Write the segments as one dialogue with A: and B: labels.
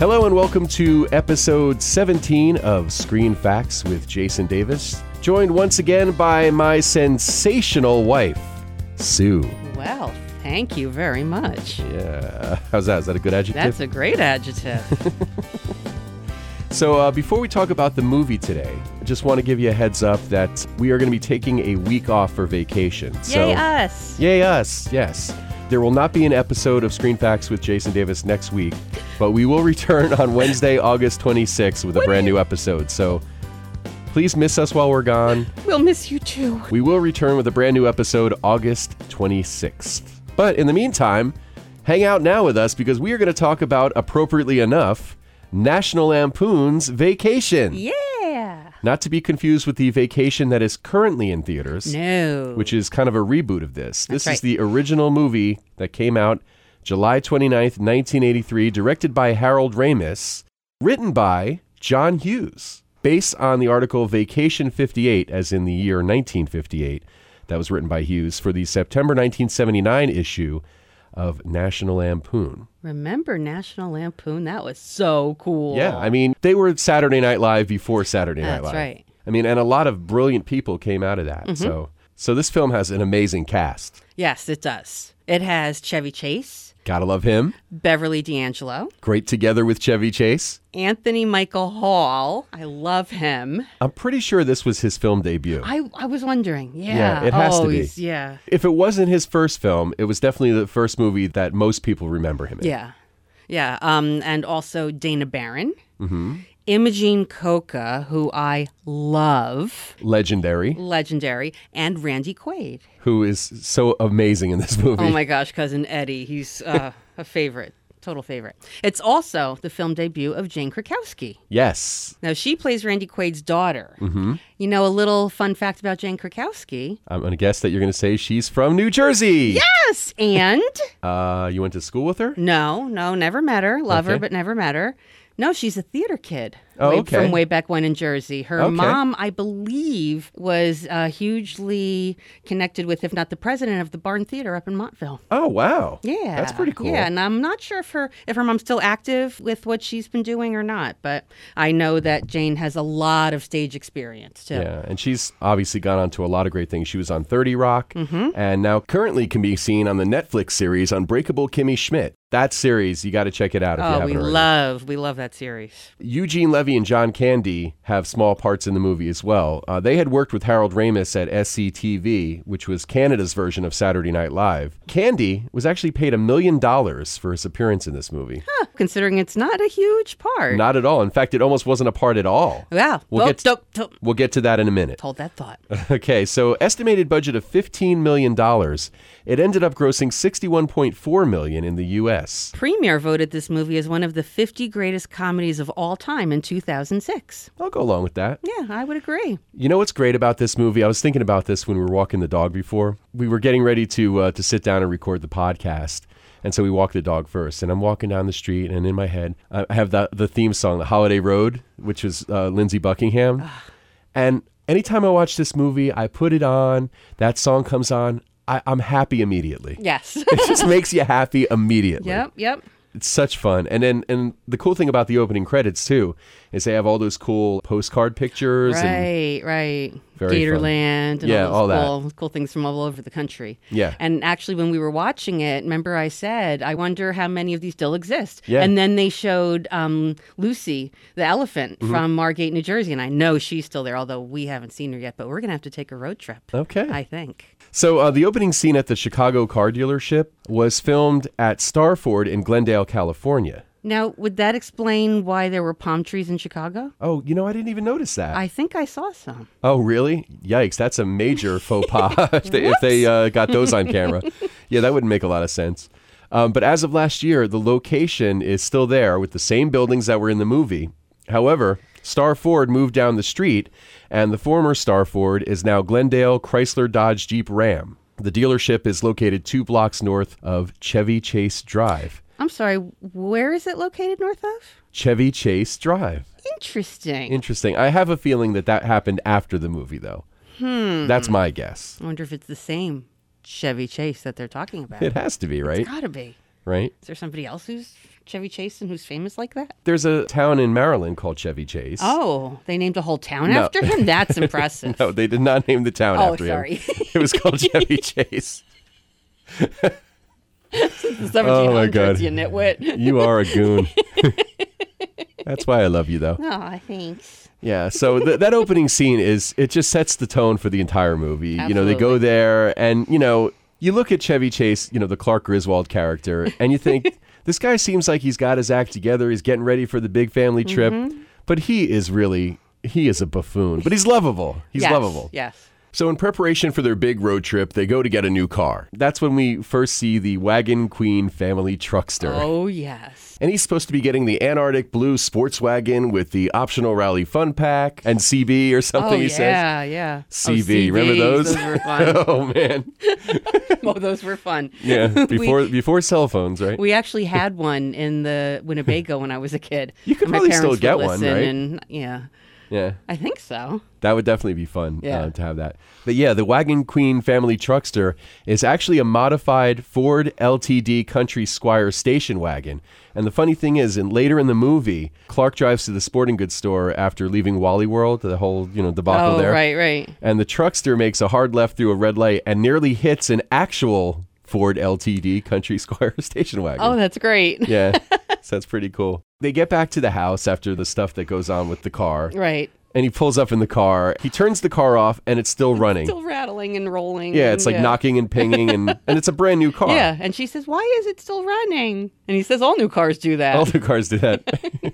A: Hello and welcome to episode 17 of Screen Facts with Jason Davis, joined once again by my sensational wife, Sue.
B: Well, thank you very much.
A: Yeah, how's that? Is that a good adjective?
B: That's a great adjective.
A: So, uh, before we talk about the movie today, I just want to give you a heads up that we are going to be taking a week off for vacation. so,
B: Yay, us.
A: Yay, us, yes. There will not be an episode of Screen Facts with Jason Davis next week, but we will return on Wednesday, August 26th with a brand new episode. So, please miss us while we're gone.
B: We'll miss you too.
A: We will return with a brand new episode August 26th. But in the meantime, hang out now with us because we are going to talk about, appropriately enough, National Lampoon's Vacation.
B: Yeah.
A: Not to be confused with the vacation that is currently in theaters,
B: No.
A: which is kind of a reboot of this. this
B: right.
A: is the original movie that came out July 29th, 1983, directed by Harold Ramis, written by John Hughes, based on the article Vacation 58, as in the year 1958, that was written by Hughes for the September 1979 issue of National Lampoon.
B: Remember National Lampoon? That was so cool.
A: Yeah, I mean, they were Saturday Night Live before Saturday Night
B: That's
A: Live.
B: right. Mm-hmm.
A: I mean, and a lot of brilliant people came out of that. So, so this film has an amazing cast.
B: yes, it does. It has Chevy Chase,
A: Gotta love him.
B: Beverly D'Angelo,
A: Great together with Chevy Chase.
B: Anthony Michael Hall. I love him.
A: I'm pretty sure this was his film debut.
B: I, I was wondering. Yeah.
A: it has
B: oh,
A: to be.
B: he's- Yeah.
A: If it wasn't his first film, it was definitely the first movie that most people remember him in.
B: Yeah. Yeah. Um, and also Dana Barron,
A: Mm-hmm.
B: Imogene Coca, who I love,
A: Legendary,
B: legendary, and Randy Quaid.
A: who is so amazing in this movie.
B: Oh my gosh, cousin Eddie. He's uh, a favorite, total favorite. It's also the film debut of Jane Krakowski.
A: yes.
B: Now, she plays Randy Quaid's daughter.
A: Mm-hmm.
B: You know, a little fun fact about Jane Krakowski.
A: I'm going to guess that you're going to say she's from New Jersey.
B: Yes, and
A: Uh, you went to school with her?
B: no, no, never met her. Love her,
A: Okay.
B: but never met her. No, she's a theater kid
A: Oh,
B: way-
A: okay.
B: from way back when in Jersey. Her
A: Okay.
B: mom, I believe, was uh, hugely connected with, if not the president of the Barn Theater up in Montville.
A: Oh, wow.
B: Yeah,
A: That's pretty cool.
B: Yeah, and I'm not sure if her if her mom's still active with what she's been doing or not, but I know that Jane has a lot of stage experience too.
A: Yeah, and she's obviously gone on to a lot of great things. She was on 30 Rock,
B: Mm-hmm.
A: and now currently can be seen on the Netflix series Unbreakable Kimmy Schmidt. That series, you got to check it out if you
B: Oh,
A: haven't
B: we
A: already.
B: love we love that series.
A: Eugene Levy and John Candy have small parts in the movie as well. Uh, they had worked with Harold Ramis at SCTV, which was Canada's version of Saturday Night Live. Candy was actually paid a million dollars for his appearance in this movie.
B: Huh, considering it's not a huge part.
A: Not at all. In fact, it almost wasn't a part at all.
B: yeah.
A: We'll
B: well,
A: get to-
B: don't- don't-
A: We'll get to that in a minute.
B: hold that thought.
A: Okay, so estimated budget of $15 million. It ended up grossing $61.4 million in the U.S.
B: Premiere voted this movie as one of the 50 greatest comedies of all time in 2006.
A: I'll go along with that.
B: Yeah, I would agree.
A: You know what's great about this movie? I was thinking about this when we were walking the dog before. We were getting ready to uh, to sit down and record the podcast, and so we walked the dog first. And I'm walking down the street, and in my head, I have the the theme song, "The Holiday Road," which is uh, Lindsey Buckingham. and anytime I watch this movie, I put it on. That song comes on. I, I'm happy immediately.
B: Yes.
A: it just makes you happy immediately.
B: yep, yep.
A: It's such fun. And then and the cool thing about the opening credits too is they have all those cool postcard pictures and
B: Right, right.
A: Very fun.
B: Gatorland and
A: Yeah, all
B: all those
A: that.
B: cool, cool things from all over the country.
A: Yeah.
B: And actually, when we were watching it, remember I said, I wonder how many of these still exist.
A: Yeah.
B: And then they showed um, Lucy, the elephant
A: Mm-hmm.
B: from Margate, New Jersey. And I know she's still there, although we haven't seen her yet, but we're going to have to take a road trip.
A: Okay.
B: I think.
A: so uh, the opening scene at the Chicago car dealership was filmed at Starford in Glendale, California.
B: Now, would that explain why there were palm trees in Chicago?
A: Oh, you know, I didn't even notice that.
B: I think I saw some.
A: oh, really? Yikes! That's a major faux pas if they, if they uh, got those on camera. yeah, that wouldn't make a lot of sense. Um, but as of last year, the location is still there with the same buildings that were in the movie. However, Star Ford moved down the street, and the former Star Ford is now Glendale Chrysler Dodge Jeep Ram. The dealership is located two blocks north of Chevy Chase Drive.
B: I'm sorry, where is it located north of?
A: Chevy Chase Drive.
B: Interesting.
A: Interesting. I have a feeling that that happened after the movie, though. Hmm. That's my guess.
B: I wonder if it's the same Chevy Chase that they're talking about.
A: It has to be, right?
B: Gotta be.
A: right?
B: Is there somebody else who's Chevy Chase and who's famous like that?
A: There's a town in Maryland called Chevy Chase.
B: Oh, they named a whole town
A: No. Oh,
B: after him? That's impressive.
A: No, they did not name the town
B: Oh,
A: after
B: sorry.
A: him. It was called Chevy Chase.
B: The 1700s,
A: God.
B: you nitwit.
A: You are a goon. That's why I love you, though.
B: Oh, thanks.
A: Yeah. So th- that opening scene is it just sets the tone for the entire movie. You know, they go
B: Absolutely.
A: there, and you know, you look at Chevy Chase, you know, the Clark Griswold character, and you think this guy seems like he's got his act together. He's getting ready for the big family trip,
B: Mm-hmm.
A: but he is really he is a buffoon. But he's lovable. He's
B: yes,
A: lovable.
B: Yes.
A: So, in preparation for their big road trip, they go to get a new car. That's when we first see the Wagon Queen family truckster.
B: Oh, yes.
A: And he's supposed to be getting the Antarctic Blue sports wagon with the optional Rally Fun Pack and CB or
B: Oh,
A: something, he says.
B: yeah, yeah. Oh,
A: CV, remember
B: CVs,
A: those?
B: Those were fun.
A: oh, man.
B: oh, those were fun.
A: Yeah,
B: We-
A: before, before cell phones, right?
B: We actually had one in the Winnebago when I was a kid.
A: You could
B: And my
A: probably still
B: parents would
A: get one,
B: listen
A: right?
B: And, yeah,
A: yeah.
B: I think so.
A: That would definitely be fun
B: Yeah.
A: uh, to have that. But yeah, the Wagon Queen family truckster is actually a modified Ford LTD Country Squire station wagon. And the funny thing is, in later in the movie, Clark drives to the sporting goods store after leaving Wally World, the whole you know debacle
B: oh,
A: there.
B: right, right.
A: And the truckster makes a hard left through a red light and nearly hits an actual Ford LTD Country Squire station wagon.
B: Oh, that's great.
A: Yeah, so that's pretty cool. They get back to the house after the stuff that goes on with the car
B: Right.
A: and he pulls up in the car. He turns the car off, and it's still running.
B: Still rattling and rolling.
A: yeah,
B: and-
A: it's like knocking and pinging, and and it's a brand new car.
B: Yeah, and she says, "Why is it still running?" And he says, "All new cars do that."
A: all the cars do that.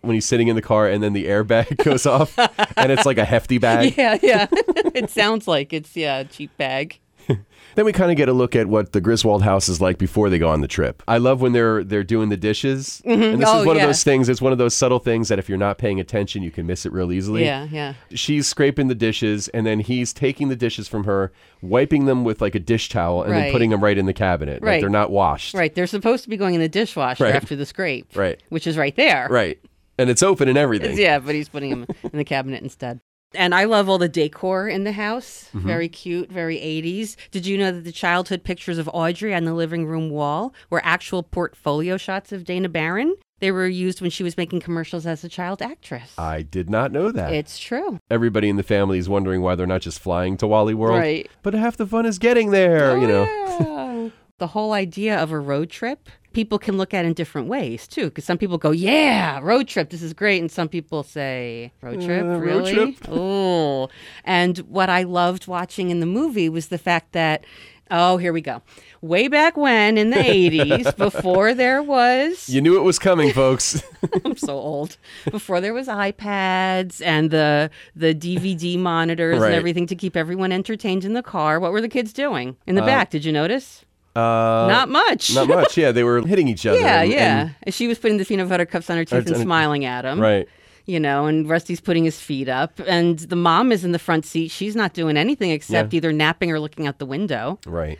A: when he's sitting in the car, and then the airbag goes off, and it's like a hefty bag.
B: yeah, yeah. it sounds like it's yeah, a cheap bag.
A: Then we kind of get a look at what the Griswold house is like before they go on the trip. I love when they're they're doing the dishes, and this
B: Oh,
A: is one
B: yeah.
A: of those things. It's one of those subtle things that if you're not paying attention, you can miss it real easily.
B: Yeah, yeah.
A: she's scraping the dishes and then he's taking the dishes from her, wiping them with like a dish towel and then
B: Right.
A: putting them right in the cabinet. Like
B: Right.
A: they're not washed.
B: Right, they're supposed to be going in the dishwasher
A: Right.
B: after the scrape,
A: Right.
B: Which is right there.
A: Right. And it's open and everything.
B: Yeah, but he's putting them in the cabinet instead. And I love all the decor in the house. Very cute, very 80s. Did you know that the childhood pictures of Audrey on the living room wall were actual portfolio shots of Dana Barron? They were used when she was making commercials as a child actress.
A: I did not know that.
B: it's true.
A: Everybody in the family is wondering why they're not just flying to Wally World.
B: Right. Oh,
A: But half the fun is getting there, you know.
B: know. Oh, the whole idea of a road trip, people can look at in different ways too. Because some people go, "Yeah, road trip, this is great," and some people say, "Road trip,
A: Mm, road
B: really?"
A: trip.
B: oh, and what I loved watching in the movie was the fact that. Oh, here we go. Way back when in the 80s, before there was
A: You knew it was coming, folks.
B: I'm so old. Before there was iPads and the the DVD monitors
A: Right.
B: and everything to keep everyone entertained in the car, what were the kids doing in the back? Did you notice?
A: Uh,
B: Not much.
A: not much. Yeah, they were hitting each other.
B: yeah,
A: and-
B: yeah.
A: and-
B: And she was putting the peanut butter cups on her teeth and
A: and-
B: smiling at him.
A: right.
B: You know, and Rusty's putting his feet up, and the mom is in the front seat. She's not doing anything except either napping or looking out the window.
A: Right.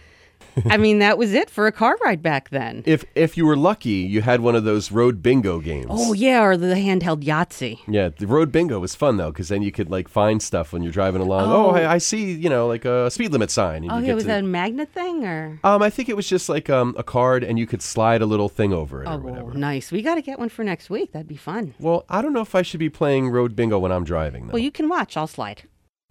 B: I mean, that was it for a car ride back then.
A: If if you were lucky, you had one of those road bingo games.
B: Oh yeah, or the handheld Yahtzee.
A: Yeah, the road bingo was fun though, because then you could like find stuff when you're driving along. Oh, I, I see, you know, like a speed limit sign. And
B: Oh
A: you
B: yeah,
A: get
B: was
A: to-
B: that a magnet thing or?
A: Um, I think it was just like um, a card, and you could slide a little thing over it
B: Oh,
A: or whatever.
B: nice. We got to get one for next week. That'd be fun.
A: Well, I don't know if I should be playing road bingo when I'm driving. Though.
B: Well, you can watch. I'll slide.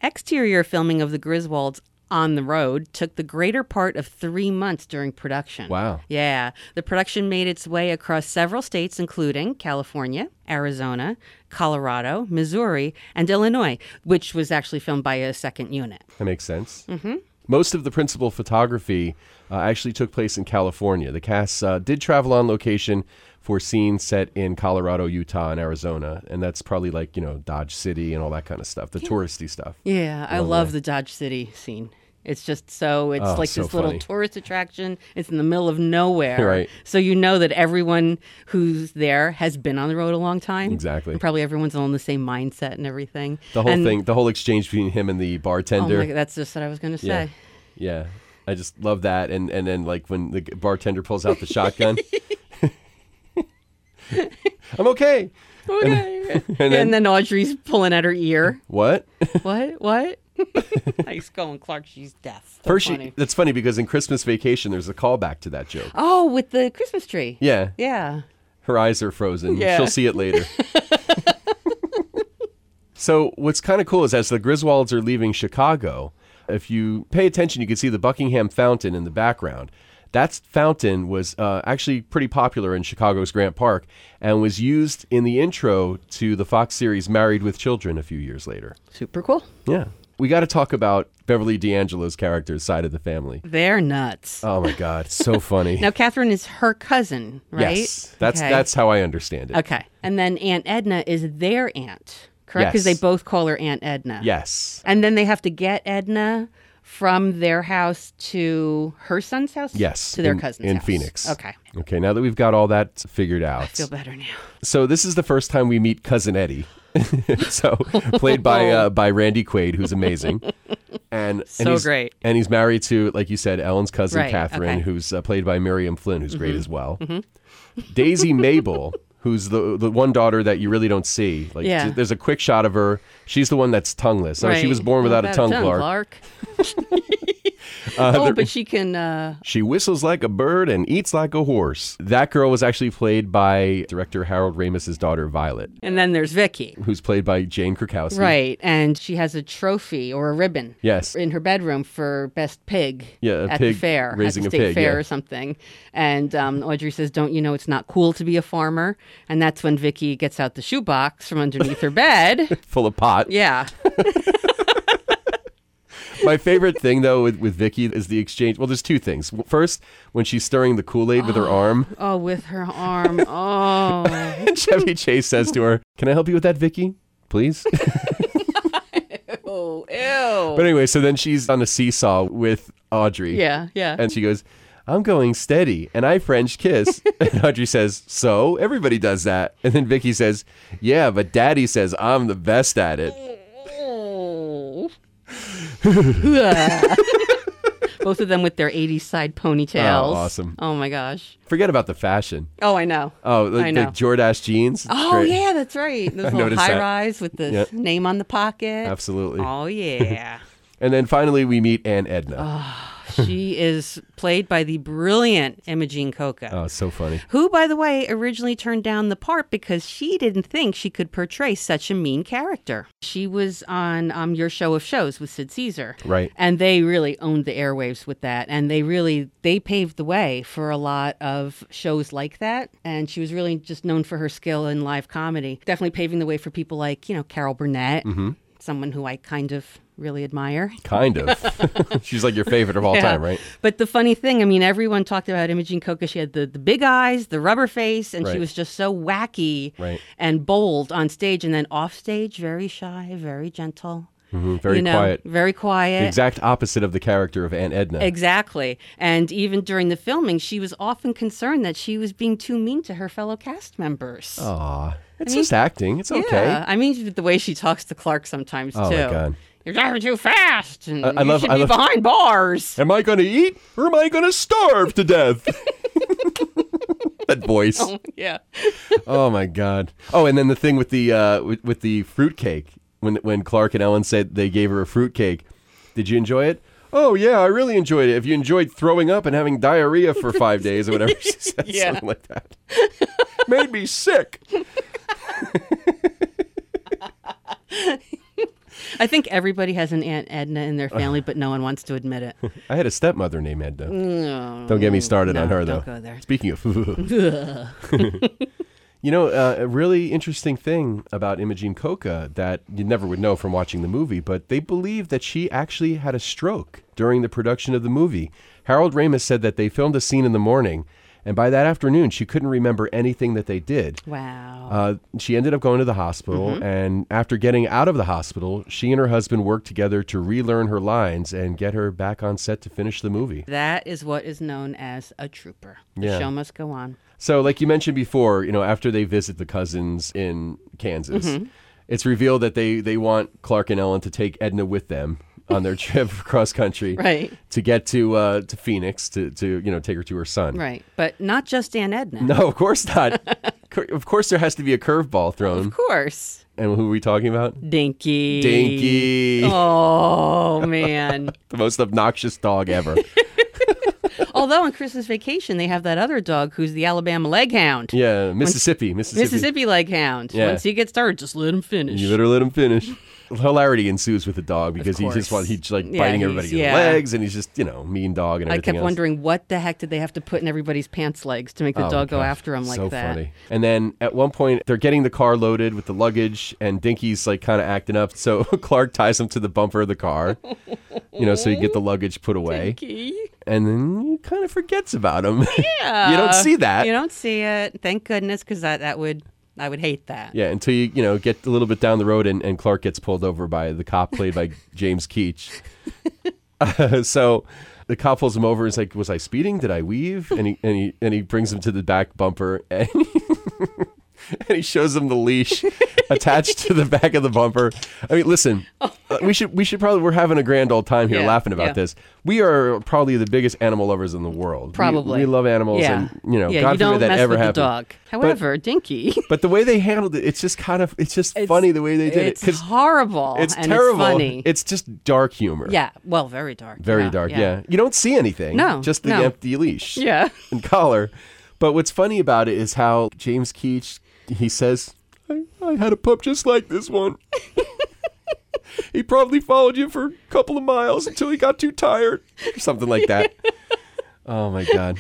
B: Exterior filming of the Griswolds on the road took the greater part of three months during production.
A: wow.
B: Yeah. The production made its way across several states, including California, Arizona, Colorado, Missouri, and Illinois, which was actually filmed by a second unit.
A: That makes sense. Mm-hmm. Most of the principal photography uh, actually took place in California. The cast uh, did travel on location for scenes set in Colorado, Utah, and Arizona, and that's probably like you know Dodge City and all that kind of stuff, the touristy stuff.
B: Yeah. I love the Dodge City scene. It's just so, it's
A: Oh,
B: like
A: so
B: this little
A: funny.
B: tourist attraction. It's in the middle of nowhere.
A: Right.
B: So you know that everyone who's there has been on the road a long time.
A: Exactly.
B: And probably everyone's all in the same mindset and everything.
A: The whole
B: And-
A: thing, the whole exchange between him and the
B: Oh
A: bartender.
B: my God, that's just what I was going to
A: yeah,
B: say.
A: yeah. I just love that, and and then like when the bartender pulls out the shotgun. I'm okay.
B: Okay. and, then,
A: then-
B: Audrey's pulling at her ear.
A: What?
B: what? What? I going Clark, she's deaf. So
A: First,
B: funny.
A: she, that's funny because in Christmas Vacation, there's a callback to that joke.
B: oh, with the Christmas tree.
A: Yeah,
B: Yeah.
A: her eyes are frozen.
B: Yeah.
A: She'll see it later. so, what's kind of cool is as the Griswolds are leaving Chicago, if you pay attention, you can see the Buckingham Fountain in the background. That fountain was uh, actually pretty popular in Chicago's Grant Park and was used in the intro to the Fox series Married with Children a few years later.
B: Super cool.
A: Yeah. We got to talk about Beverly D'Angelo's character's side of the family.
B: They're nuts.
A: Oh my God, it's so funny.
B: Now Catherine is her cousin, right?
A: Yes, that's
B: Okay.
A: that's how I understand it.
B: okay. And then Aunt Edna is their aunt, correct? Because
A: Yes.
B: they both call her Aunt Edna.
A: Yes,
B: And then they have to get Edna from their house to her son's house.
A: yes.
B: To their
A: in-
B: cousin's
A: in
B: house.
A: Phoenix.
B: Okay.
A: Okay. Now that we've got all that figured out,
B: Feel better now.
A: so this is the first time we meet cousin Eddie. so played by uh, by Randy Quaid, who's amazing, and
B: So
A: and he's,
B: great.
A: and he's married to, like you said, Ellen's cousin
B: Right,
A: Catherine,
B: okay. Mm-hmm.
A: who's uh, played by Miriam Flynn, who's great as well. Daisy Mabel, who's the the one daughter that you really don't see. Like,
B: Yeah.
A: j- there's a quick shot of her. She's the one that's tongueless. Oh, she
B: Right.
A: was born without a tongue, Clark.
B: oh, but she can. Uh,
A: She whistles like a bird and eats like a horse. That girl was actually played by director Harold Ramis' daughter Violet,
B: and then there's Vicky.
A: who's played by Jane Krakowski.
B: Right, and she has a trophy or a ribbon.
A: Yes.
B: in her bedroom for best pig.
A: Yeah, a
B: at
A: pig
B: the fair,
A: raising a
B: at the state
A: pig,
B: fair
A: yeah.
B: or something. And um, Audrey says, "Don't you know it's not cool to be a farmer?" And that's when Vicky gets out the shoebox from underneath her bed.
A: Full of pot.
B: Yeah,
A: My favorite thing though with, with Vicky is the exchange. Well, there's two things. First, when she's stirring the Kool-Aid with her arm,
B: oh, with her arm. Oh,
A: and Chevy Chase says to her, "Can I help you with that, Vicky? Please."
B: oh, ew.
A: but anyway, so then she's on a seesaw with Audrey.
B: yeah, yeah.
A: And she goes, I'm going steady. And I French kiss. and Audrey says, So? Everybody does that. And then Vicky says, Yeah, but daddy says I'm the best at it.
B: Oh. Both of them with their 80s side ponytails.
A: Oh, awesome.
B: Oh my gosh.
A: Forget about the fashion.
B: Oh, I know.
A: Oh, the,
B: I know.
A: the Jordache jeans. It's
B: Oh
A: great.
B: yeah, that's right. Those little
A: noticed
B: high
A: that.
B: rise with the
A: Yep.
B: name on the pocket.
A: Absolutely.
B: Oh yeah.
A: And then finally, we meet Aunt Edna.
B: she is played by the brilliant Imogene Coca.
A: Oh, it's so funny.
B: Who, by the way, originally turned down the part because she didn't think she could portray such a mean character. She was on um, your show of shows with Sid Caesar,
A: Right.
B: And they really owned the airwaves with that, and they really they paved the way for a lot of shows like that. And she was really just known for her skill in live comedy, definitely paving the way for people like you know Carol Burnett, someone who I kind of really admire.
A: Kind of. She's like your favorite of all
B: Yeah.
A: time, right?
B: But the funny thing, I mean, everyone talked about Imogene Coca. She had the, the big eyes, the rubber face, and
A: Right.
B: she was just so wacky
A: Right.
B: and bold on stage. And then off stage, very shy, very gentle.
A: Mhm, Very
B: you know,
A: quiet.
B: Very quiet.
A: The exact opposite of the character of Aunt Edna.
B: Exactly. And even during the filming, she was often concerned that she was being too mean to her fellow cast members.
A: Aw. It's just acting. It's Oh, okay.
B: Yeah. I mean, the way she talks to Clark sometimes,
A: Oh, my
B: too.
A: God.
B: You're driving too fast. And
A: I
B: you
A: love-
B: should
A: I
B: be
A: love-
B: behind bars.
A: Am I going to eat or am I going to starve to death? that voice. Oh.
B: yeah.
A: my god. Oh, and then the thing with the uh, with, with the fruitcake when when Clark and Ellen said they gave her a fruitcake. Did you enjoy it? Oh yeah, I really enjoyed it. If you enjoyed throwing up and having diarrhea for five days or whatever she said,
B: Yeah.
A: something like that, made me sick.
B: I think everybody has an Aunt Edna in their family, but no one wants to admit it.
A: I had a stepmother named Edna.
B: No.
A: Don't get me started on
B: Mm, No,
A: her, though.
B: don't go there.
A: Speaking of, you know, uh, a really interesting thing about Imogene Coca that you never would know from watching the movie, but they believe that she actually had a stroke during the production of the movie. Harold Ramis said that they filmed a scene in the morning, and by that afternoon, she couldn't remember anything that they did.
B: Wow.
A: Uh, she ended up going to the hospital,
B: Mm-hmm.
A: and after getting out of the hospital, she and her husband worked together to relearn her lines and get her back on set to finish the movie.
B: that is what is known as a trooper. The
A: Yeah.
B: show must go on.
A: So, like you mentioned before, you know, after they visit the cousins in Kansas,
B: Mm-hmm.
A: it's revealed that they they want Clark and Ellen to take Edna with them on their trip across country,
B: Right.
A: To get to uh, to Phoenix to to you know take her to her son.
B: Right. But not just Aunt Edna.
A: No, of course not. cur- of course, there has to be a curveball
B: Of
A: thrown.
B: course.
A: And who are we talking about?
B: Dinky.
A: Dinky,
B: Oh, man.
A: the most obnoxious dog ever.
B: Although on Christmas vacation, they have that other dog who's the Alabama Leghound.
A: Yeah, Mississippi, Mississippi.
B: Mississippi Leghound.
A: Yeah.
B: Once he gets started, just let him finish.
A: You better let him finish. Hilarity ensues with the dog because he just
B: course.
A: wants he's like
B: Yeah,
A: biting
B: he's-
A: everybody's
B: yeah.
A: legs and he's just you know mean dog and
B: I
A: everything.
B: kept
A: else.
B: wondering what the heck did they have to put in everybody's pants legs to make the
A: Oh,
B: dog go
A: gosh,
B: after him like
A: so
B: that.
A: funny. And then at one point they're getting the car loaded with the luggage and Dinky's like kind of acting up, so Clark ties him to the bumper of the car. you know, so you get the luggage put away,
B: Dinky.
A: and then he kind of forgets about him.
B: Yeah.
A: You don't see that.
B: Uh, You don't see it. Thank goodness, because that, that would I would hate that.
A: Yeah, until you you know get a little bit down the road and, and Clark gets pulled over by the cop played by James Keach. Uh, so the cop pulls him over and is like, "Was I speeding? Did I weave?" And he and he and he brings him to the back bumper and. And he shows him the leash attached to the back of the bumper. I mean, listen, uh, we should we should probably we're having a grand old time here
B: Oh. Yeah,
A: laughing about
B: yeah.
A: this. We are probably the biggest animal lovers in the world. We-
B: Probably.
A: we, love animals,
B: Yeah.
A: and you know,
B: yeah,
A: God
B: you
A: forbid
B: don't
A: that
B: mess
A: ever
B: with
A: happened.
B: the dog. However, Dinky,
A: But the way they handled it, it's just kind of, it's just funny the way they did it
B: it's horrible.
A: it's
B: and
A: terrible.
B: It's funny.
A: It's just dark humor.
B: yeah. Well, very dark.
A: Very
B: yeah,
A: dark. Yeah. You don't see anything.
B: No,
A: Just the
B: no.
A: empty leash
B: Yeah.
A: and collar. But what's funny about it is how James Keach he says, I, I had a pup just like this one. he probably followed you for a couple of miles until he got too tired. Or something like that. oh my god.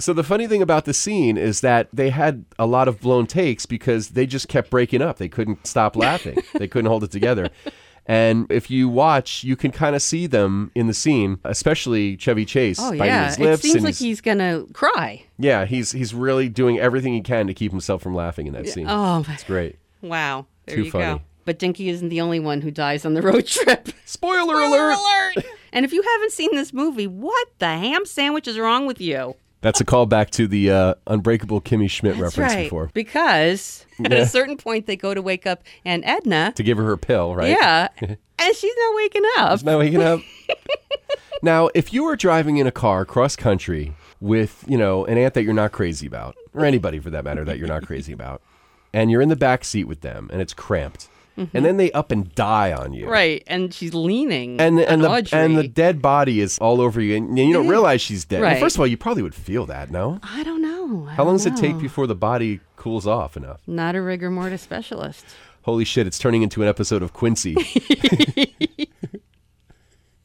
A: So the funny thing about the scene is that they had a lot of blown takes because they just kept breaking up. They couldn't stop laughing. they couldn't hold it together. And if you watch, you can kind of see them in the scene, especially Chevy Chase
B: Oh
A: biting
B: yeah.
A: his lips
B: it seems
A: and
B: like
A: his-
B: he's gonna cry.
A: yeah, he's he's really doing everything he can to keep himself from laughing in that scene.
B: Oh my.
A: It's great.
B: Wow. There
A: Too
B: you
A: funny.
B: go. But Dinky isn't the only one who dies on the road trip.
A: Spoiler,
B: Spoiler
A: alert!
B: alert! and if you haven't seen this movie, what the ham sandwich is wrong with you?
A: That's a callback to the uh, Unbreakable Kimmy Schmidt reference before
B: Because at a certain point, they go to wake up and Edna.
A: to give her her pill, right?
B: Yeah. and she's not waking up.
A: Now waking up. now, if you were driving in a car cross country with you know an aunt that you're not crazy about, or anybody for that matter that you're not crazy about, and you're in the back seat with them and it's cramped, and then they up and die on you,
B: Mm-hmm. Right. And she's leaning.
A: and
B: on
A: and the
B: Audrey.
A: and the dead body is all over you, and you don't realize she's dead. Well,
B: Mm-hmm. Right.
A: first of all, you probably would feel that, no?
B: I don't know. I
A: How long
B: don't
A: does it take
B: know.
A: before the body cools off enough?
B: Not a rigor mortis specialist.
A: Holy shit, it's turning into an episode of Quincy.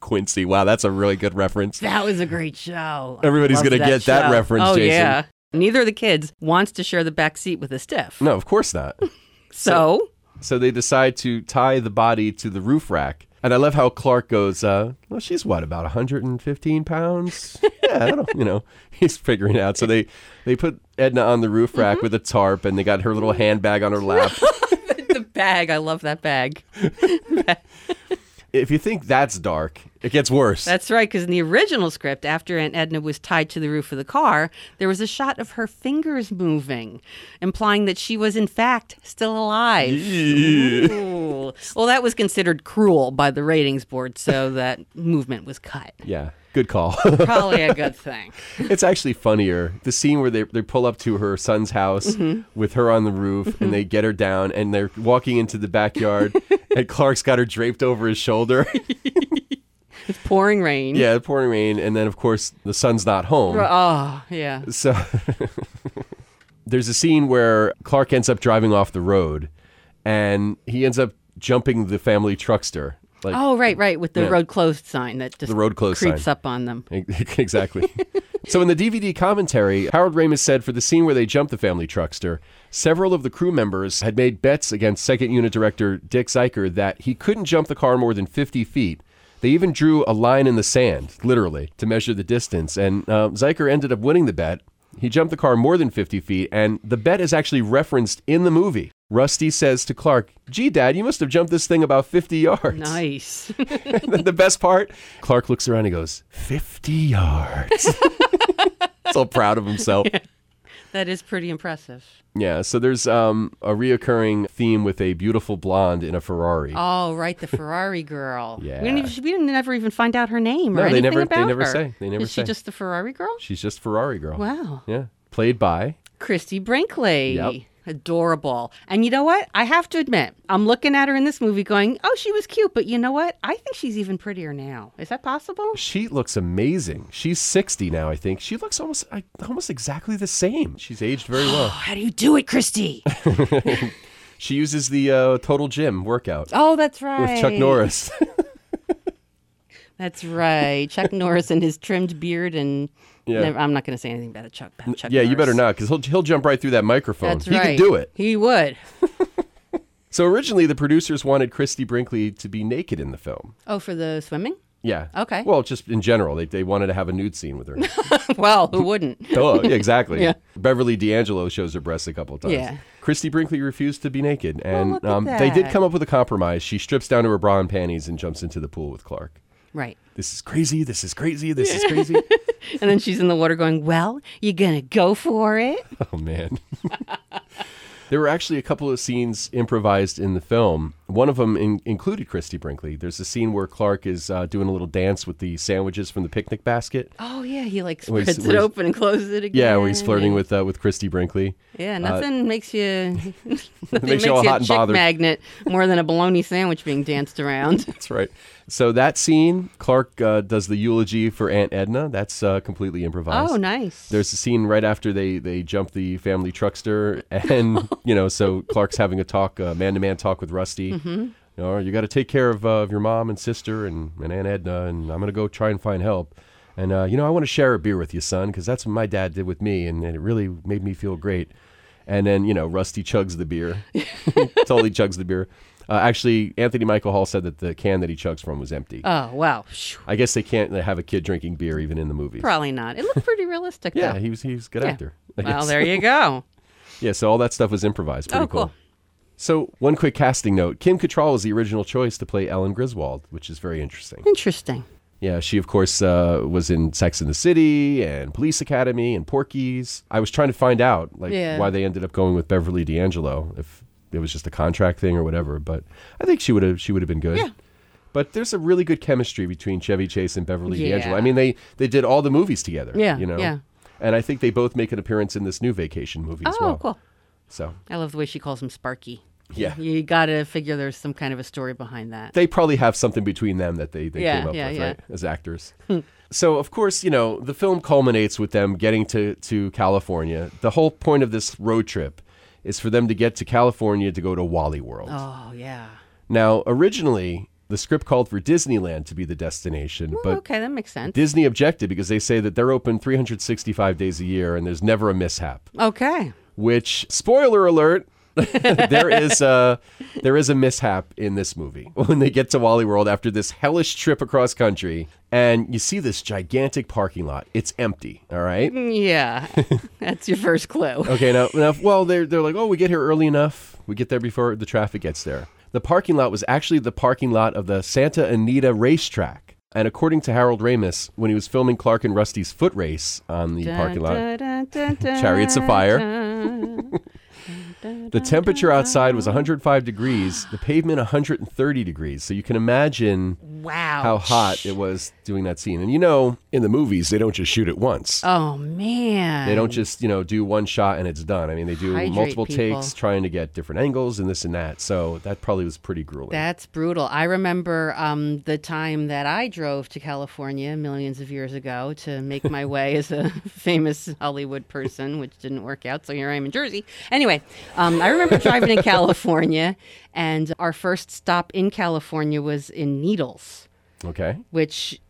A: Quincy, wow, that's a really good reference.
B: That was a great show. I
A: Everybody's
B: loved
A: gonna
B: that
A: get that
B: show.
A: reference,
B: oh,
A: Jason.
B: yeah. Neither of the kids wants to share the back seat with a stiff.
A: No, of course not.
B: So,
A: so they decide to tie the body to the roof rack. And I love how Clark goes, uh, well, she's what, about 115 pounds? yeah, I don't, you know, he's figuring out. So they, they put Edna on the roof rack with a tarp and they got her little handbag on her lap.
B: the bag, I love that bag.
A: if you think that's dark, it gets worse.
B: That's right, because in the original script, after Aunt Edna was tied to the roof of the car, there was a shot of her fingers moving, implying that she was, in fact, still alive.
A: Yeah.
B: Ooh. Well, that was considered cruel by the ratings board, so that movement was cut.
A: Yeah, good call.
B: Probably a good thing.
A: it's actually funnier. The scene where they, they pull up to her son's house with her on the roof and they get her down and they're walking into the backyard and Clark's got her draped over his shoulder.
B: It's pouring rain.
A: yeah, pouring rain. And then, of course, the son's not home.
B: Oh, yeah.
A: So there's a scene where Clark ends up driving off the road and he ends up jumping the family truckster. Like,
B: Oh, right, right, with the
A: Yeah.
B: road closed sign that just
A: The road closed
B: creeps
A: sign.
B: up on them.
A: Exactly. so in the DVD commentary, Harold Ramis said for the scene where they jumped the family truckster, several of the crew members had made bets against second unit director Dick Zeiker that he couldn't jump the car more than 50 feet. They even drew a line in the sand, literally, to measure the distance. And uh, Zeiker ended up winning the bet. He jumped the car more than 50 feet, and the bet is actually referenced in the movie. Rusty says to Clark, Gee, Dad, you must have jumped this thing about 50 yards.
B: Nice.
A: the best part, Clark looks around and goes, 50 yards. so proud of himself. Yeah.
B: that is pretty impressive.
A: so there's um, a reoccurring theme with a beautiful blonde in a Ferrari.
B: Oh, right, the Ferrari girl. We
A: Yeah.
B: didn't even, we didn't never even find out her name
A: No,
B: or
A: they
B: anything
A: never- they
B: about
A: never
B: her.
A: say. They never
B: is
A: say.
B: she just the Ferrari girl?
A: She's just Ferrari girl.
B: Wow.
A: Yeah. Played by
B: Christy Brinkley.
A: Yep.
B: Adorable. And you know what? I have to admit, I'm looking at her in this movie going, oh, she was cute, but you know what? I think she's even prettier now. Is that possible?
A: She looks amazing. She's 60 now, I think. She looks almost I- almost exactly the same. She's aged very well.
B: How do you do it, Christy?
A: She uses the uh, Total Gym workout
B: oh, that's right.
A: with Chuck Norris.
B: That's right. Chuck Norris and his trimmed beard and
A: Yeah.
B: Never- I'm not going to say anything about Chuck. About Chuck
A: yeah, you better
B: Norris.
A: not, because he'll, he'll jump right through that microphone.
B: That's
A: he
B: right.
A: can do it.
B: He would.
A: So originally, the producers wanted Christy Brinkley to be naked in the film.
B: Oh, for the swimming?
A: Yeah.
B: Okay.
A: Well, just in general, they, they wanted to have a nude scene with her.
B: well, who wouldn't?
A: Duh, yeah, exactly.
B: Yeah.
A: Beverly D'Angelo shows her breasts a couple times.
B: Yeah.
A: Christy Brinkley refused to be naked, and
B: look at
A: um, they did
B: that.
A: come up with a compromise. She strips down to her bra and panties and jumps into the pool with Clark.
B: Right.
A: This is crazy. This is crazy. This is crazy.
B: And then she's in the water going, Well, you going to go for it?
A: Oh man. there were actually a couple of scenes improvised in the film. One of them in- included Christy Brinkley. There's a scene where Clark is uh, doing a little dance with the sandwiches from the picnic basket.
B: Oh, yeah. He like
A: Where he's-
B: spreads
A: where
B: it
A: he's-
B: open and closes it again.
A: Yeah, where he's flirting with uh, with Christy Brinkley.
B: Yeah, nothing makes you nothing
A: you
B: makes,
A: all
B: you
A: hot
B: a
A: and
B: chick
A: bothered.
B: magnet more than a bologna sandwich being danced around.
A: That's right. So that scene, Clark uh, does the eulogy for Aunt Edna. That's uh, completely improvised.
B: oh, nice.
A: There's a scene right after they they jump the family truckster, and you know, so Clark's having a talk, man to man talk with Rusty.
B: Mm-hmm.
A: You, know, you got to take care of, uh, of your mom and sister and, and Aunt Edna, and I'm gonna go try and find help. And uh, you know, I want to share a beer with you, son, because that's what my dad did with me, and, and it really made me feel great. And then you know, Rusty chugs the beer, totally chugs the beer. Uh, actually, Anthony Michael Hall said that the can that he chugs from was empty.
B: oh, wow. Phew,
A: I guess they can't have a kid drinking beer even in the movie.
B: Probably not. It looked pretty realistic,
A: Yeah,
B: though.
A: he was he was a good
B: Yeah.
A: actor. I
B: Well,
A: guess.
B: there you go.
A: Yeah, so all that stuff was improvised. Pretty
B: Oh, cool.
A: So, one quick casting note Kim Cattrall was the original choice to play Ellen Griswold, which is very interesting.
B: Interesting.
A: Yeah, she, of course, uh, was in Sex and the City and Police Academy and Porky's. I was trying to find out like
B: Yeah.
A: why they ended up going with Beverly D'Angelo, if it was just a contract thing or whatever, but I think she would have she would have been good.
B: Yeah.
A: But there's a really good chemistry between Chevy Chase and Beverly
B: Yeah.
A: D'Angelo. I mean, they, they did all the movies together.
B: Yeah,
A: You know?
B: yeah.
A: And I think they both make an appearance in this new vacation movie as
B: oh,
A: well.
B: cool.
A: So
B: I love the way she calls him Sparky.
A: Yeah.
B: You got to figure there's some kind of a story behind that.
A: they probably have something between them that they, they
B: Yeah,
A: came up
B: yeah,
A: with,
B: yeah. Hmm.
A: right? As actors. so of course, you know, the film culminates with them getting to, to California. The whole point of this road trip is for them to get to California to go to Wally World.
B: Oh, yeah.
A: Now, originally the script called for Disneyland to be the destination,
B: Well,
A: but
B: okay, that makes sense.
A: Disney objected because they say that they're open 365 days a year and there's never a mishap.
B: okay.
A: Which spoiler alert, there is a there is a mishap in this movie when they get to Wally World after this hellish trip across country, and you see this gigantic parking lot. It's empty. All right.
B: Yeah. That's your first clue.
A: Okay. Now, now, well, they're they're like, oh, we get here early enough. We get there before the traffic gets there. The parking lot was actually the parking lot of the Santa Anita racetrack. And according to Harold Ramis, when he was filming Clark and Rusty's foot race on the parking lot, Chariots of Fire. The temperature outside was 105 degrees, the pavement 130 degrees. So you can imagine
B: Wow.
A: how hot it was doing that scene. And you know, in the movies, they don't just shoot it once.
B: Oh, man.
A: They don't just, you know, do one shot and it's done. I mean, they do
B: Hydrate
A: multiple
B: people.
A: takes trying to get different angles and this and that. So that probably was pretty grueling.
B: That's brutal. I remember um, the time that I drove to California millions of years ago to make my way as a famous Hollywood person, which didn't work out. So here I am in Jersey. Anyway, um, I remember driving in California, and our first stop in California was in Needles,
A: okay.
B: which,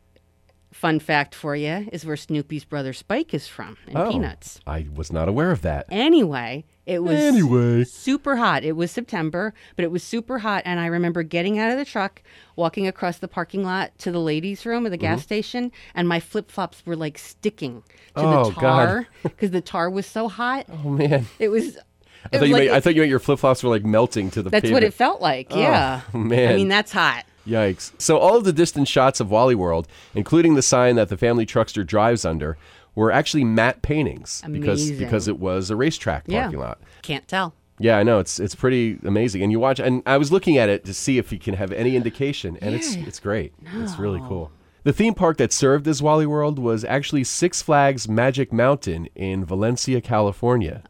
B: fun fact for you, is where Snoopy's brother Spike is from in Peanuts.
A: Oh, I was not aware of that.
B: Anyway, it was
A: Anyway.
B: super hot. It was September, but it was super hot. And I remember getting out of the truck, walking across the parking lot to the ladies' room at the
A: Mm-hmm.
B: gas station, and my flip flops were like sticking to
A: Oh, God.
B: the tar because the tar was so hot.
A: Oh, man.
B: It was.
A: I
B: it
A: thought,
B: was
A: you
B: like-
A: meant, I thought you meant your flip flops were like melting to the
B: that's what
A: pavement.
B: it felt like. yeah.
A: man.
B: I mean, that's hot.
A: Yikes. So, all of the distant shots of Wally World, including the sign that the family truckster drives under, were actually matte paintings because
B: Amazing.
A: because it was a racetrack
B: Yeah.
A: parking lot.
B: Can't tell.
A: Yeah, I know it's it's pretty amazing. And you watch, and I was looking at it to see if you can have any indication, and it's it's great. It's really cool. The theme park that served as Wally World was actually Six Flags Magic Mountain in Valencia, California.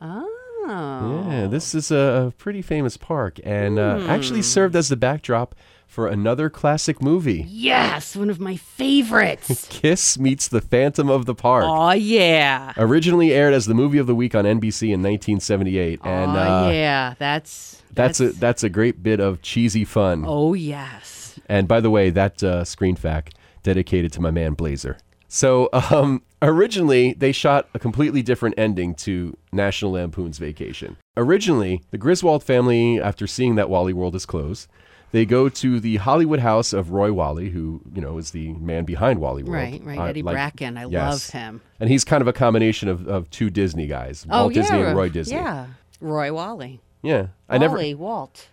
B: Oh. Hmm.
A: Yeah, this is a a pretty famous park and uh, actually served as the backdrop for another classic movie
B: Yes, one of my favorites.
A: Kiss Meets the Phantom of the Park.
B: oh yeah.
A: Originally aired as the movie of the week on NBC in 1978, and
B: oh
A: uh,
B: yeah, that's
A: that's a, that's a great bit of cheesy fun.
B: Oh yes.
A: And by the way, that uh, screen fact dedicated to my man Blazer. So um, originally, they shot a completely different ending to National Lampoon's Vacation. Originally, the Griswold family, after seeing that Wally World is closed, they go to the Hollywood house of Roy Wally, who you know is the man behind Wally World.
B: Right, right.
A: Uh,
B: Eddie
A: like-
B: Bracken. I
A: yes.
B: love him.
A: And he's kind of a combination of, of two Disney guys,
B: oh
A: Walt
B: yeah.
A: Disney and Roy Disney.
B: Yeah. Roy Wally.
A: Yeah. I never
B: Wally, Walt.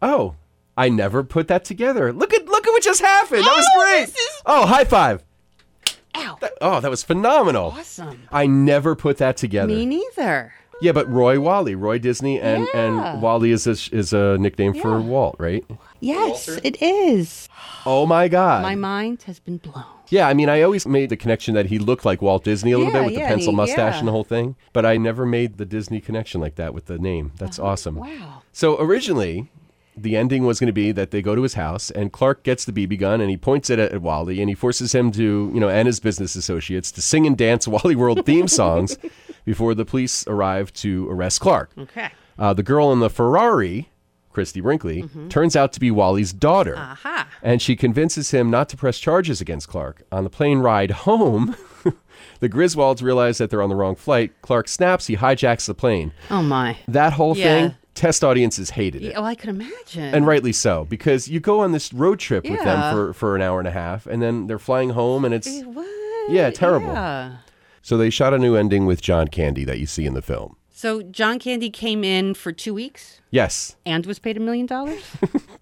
A: Oh, I never put that together. Look at look at what just happened. That was great. Oh, high five.
B: Ow.
A: Oh, that was phenomenal.
B: awesome.
A: I never put that together.
B: Me neither.
A: Yeah, but Roy Wally, Roy Disney, and
B: Yeah.
A: and Wally is a, is a nickname for Walt, right?
B: Yes, it is.
A: Oh my God.
B: My mind has been blown.
A: yeah, I mean, I always made the connection that he looked like Walt Disney a little
B: Yeah,
A: bit with
B: yeah,
A: the pencil
B: he-
A: mustache
B: yeah.
A: and the whole thing, but I never made the Disney connection like that with the name. That's awesome.
B: Oh, Wow.
A: So originally, the ending was going to be that they go to his house and Clark gets the BB gun and he points it at, at Wally and he forces him to, you know, and his business associates to sing and dance Wally World theme songs before the police arrive to arrest Clark.
B: Okay.
A: Uh, the girl in the Ferrari, Christy Brinkley, turns out to be Wally's daughter.
B: Aha.
A: And she convinces him not to press charges against Clark. On the plane ride home, the Griswolds realize that they're on the wrong flight. Clark snaps, he hijacks the plane.
B: Oh my.
A: That whole
B: Yeah.
A: thing, test audiences hated it
B: Oh, I could imagine.
A: and rightly so because you go on this road trip with them
B: Yeah.
A: for, for an hour and a half and then they're flying home and it's
B: What?
A: Yeah, terrible.
B: Yeah.
A: so they shot a new ending with john candy that you see in the film
B: So John Candy came in for two weeks
A: yes
B: and was paid a million dollars.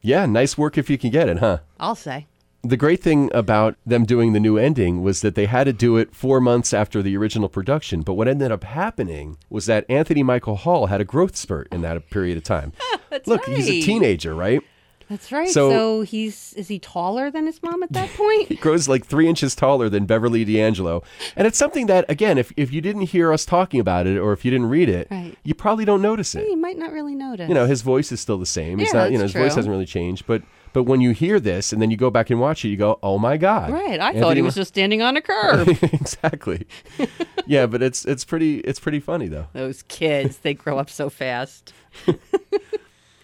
A: yeah nice work if you can get it huh
B: I'll say.
A: the great thing about them doing the new ending was that they had to do it four months after the original production. But what ended up happening was that Anthony Michael Hall had a growth spurt in that period of time.
B: That's
A: Look, he's a
B: right.
A: teenager, right?
B: That's right.
A: So-
B: So, he's is he taller than his mom at that point?
A: grows like three inches taller than Beverly D'Angelo. And it's something that, again, if, if you didn't hear us talking about it or if you didn't read it,
B: Right.
A: you probably don't notice it.
B: he might not really notice.
A: You know, his voice is still the same. He's
B: Yeah,
A: not, you know, his
B: that's
A: voice
B: true.
A: hasn't really changed. But but when you hear this and then you go back and watch it, you go, oh my God.
B: right? I
A: Anthony
B: thought he
A: Ma-
B: was just standing on a curb.
A: exactly. yeah, but it's it's pretty it's pretty funny though.
B: Those kids, they grow up so fast.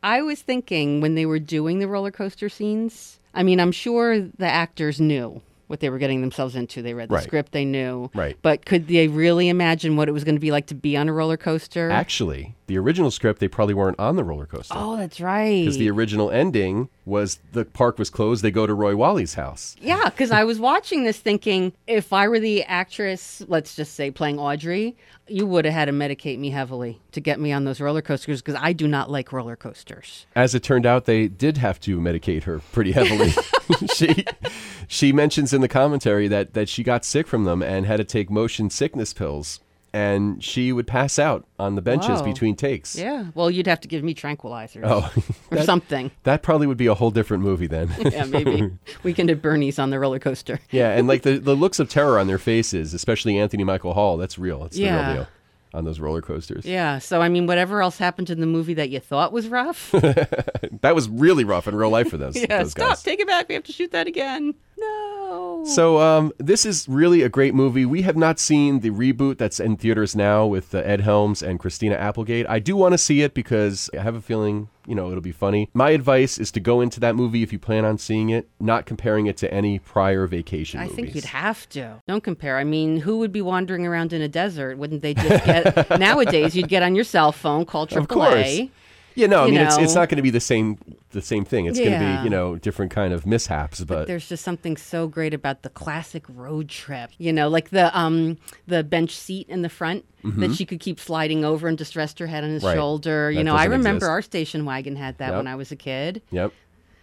B: I was thinking when they were doing the roller coaster scenes, I mean, I'm sure the actors knew what they were getting themselves into. They read the
A: Right.
B: script, they knew.
A: Right.
B: But could they really imagine what it was going to be like to be on a roller coaster?
A: Actually, the original script they probably weren't on the roller coaster.
B: oh, that's right.
A: Because the original ending was the park was closed, they go to Roy Wally's house.
B: Yeah, because I was watching this thinking, if I were the actress, let's just say playing Audrey, you would have had to medicate me heavily to get me on those roller coasters because I do not like roller coasters.
A: As it turned out, they did have to medicate her pretty heavily. she she mentions in the commentary that that she got sick from them and had to take motion sickness pills, and she would pass out on the benches
B: Wow.
A: between takes.
B: Yeah. Well, you'd have to give me tranquilizers
A: Oh,
B: or something.
A: that probably would be a whole different movie then.
B: Yeah, maybe. Weekend at Bernie's on the roller coaster.
A: yeah, and like the, the looks of terror on their faces, especially Anthony Michael Hall. That's real. That's the
B: Yeah.
A: real deal on those roller coasters.
B: Yeah. So, I mean, whatever else happened in the movie that you thought was rough.
A: That was really rough in real life for those,
B: yeah.
A: those
B: Stop.
A: guys.
B: Take it back. We have to shoot that again. No.
A: So um, this is really a great movie. We have not seen the reboot that's in theaters now with uh, Ed Helms and Christina Applegate. I do want to see it because I have a feeling you know it'll be funny. My advice is to go into that movie if you plan on seeing it, not comparing it to any prior vacation.
B: I think
A: movies.
B: you'd have to. Don't compare. I mean, who would be wandering around in a desert? Wouldn't they just get nowadays? You'd get on your cell phone, call AAA.
A: of course. Yeah, no, I
B: you
A: mean it's it's
B: know.
A: not going to be the same the same thing. It's going to
B: Yeah.
A: be you know different kind of mishaps, but.
B: There's just something so great about the classic road trip. You know, like the um the bench seat in the front that she could keep sliding over and just rest her head on his
A: Mm-hmm. Right.
B: shoulder. You
A: That
B: know, I
A: doesn't
B: remember
A: exist.
B: our station wagon had that
A: Yep.
B: when I was a kid.
A: Yep.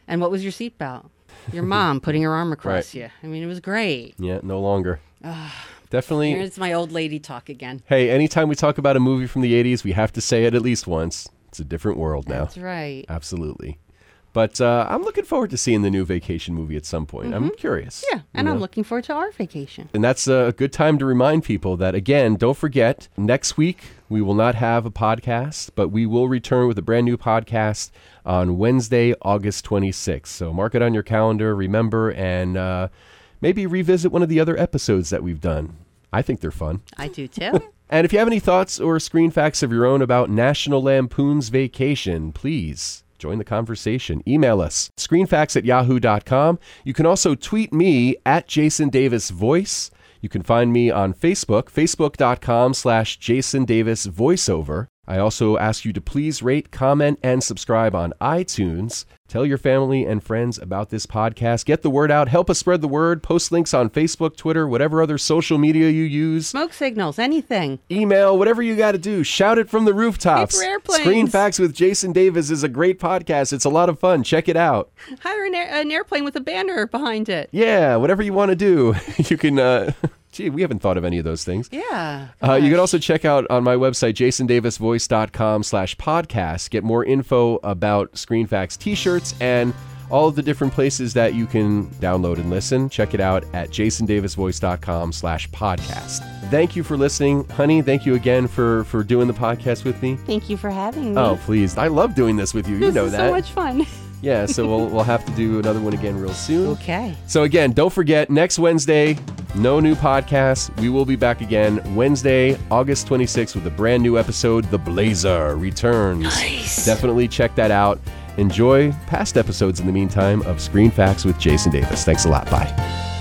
B: And what was your seatbelt? Your mom putting her arm across
A: Right.
B: you. I mean, it was great.
A: Yeah, no longer. Definitely.
B: Here's my old lady talk again.
A: Hey, anytime we talk about a movie from the 80s, we have to say it at least once. It's a different world now.
B: That's right.
A: Absolutely. But uh, I'm looking forward to seeing the new vacation movie at some point. I'm curious.
B: Mm-hmm. Yeah, and I'm looking forward to our vacation.
A: And that's a good time to remind people that, again, don't forget, next week we will not have a podcast, but we will return with a brand new podcast on Wednesday, August 26th. So mark it on your calendar, remember, and uh, maybe revisit one of the other episodes that we've done. I think they're fun.
B: I do too.
A: And if you have any thoughts or screen facts of your own about National Lampoon's Vacation, please join the conversation. Email us, screenfacts at yahoo.com. You can also tweet me at Jason Davis Voice. You can find me on Facebook, facebook.com slash Jason Davis Voiceover. I also ask you to please rate, comment, and subscribe on iTunes. Tell your family and friends about this podcast. Get the word out. Help us spread the word. Post links on Facebook, Twitter, whatever other social media you use
B: Smoke signals, anything.
A: email, whatever you got to do. Shout it from the rooftops.
B: Paper airplanes.
A: Screen Facts with Jason Davis is a great podcast. It's a lot of fun. Check it out.
B: Hire an, air- an airplane with a banner behind it.
A: Yeah, whatever you want to do, you can. Uh, gee, we haven't thought of any of those things.
B: Yeah.
A: Uh, you can also check out on my website, jasondavisvoice.com slash podcast. Get more info about Screen Facts t-shirts and all of the different places that you can download and listen. Check it out at jasondavisvoice.com slash podcast. Thank you for listening. Honey, thank you again for, for doing the podcast with me.
B: Thank you for having me.
A: Oh, please. I love doing this with you. You
B: this
A: know
B: is
A: that.
B: so much fun.
A: yeah, so we'll, we'll have to do another one again real soon.
B: Okay.
A: So, again, don't forget next Wednesday, no new podcast. We will be back again Wednesday, August 26th, with a brand new episode The Blazer Returns. Nice. Definitely check that out. Enjoy past episodes in the meantime of Screen Facts with Jason Davis. Thanks a lot. Bye.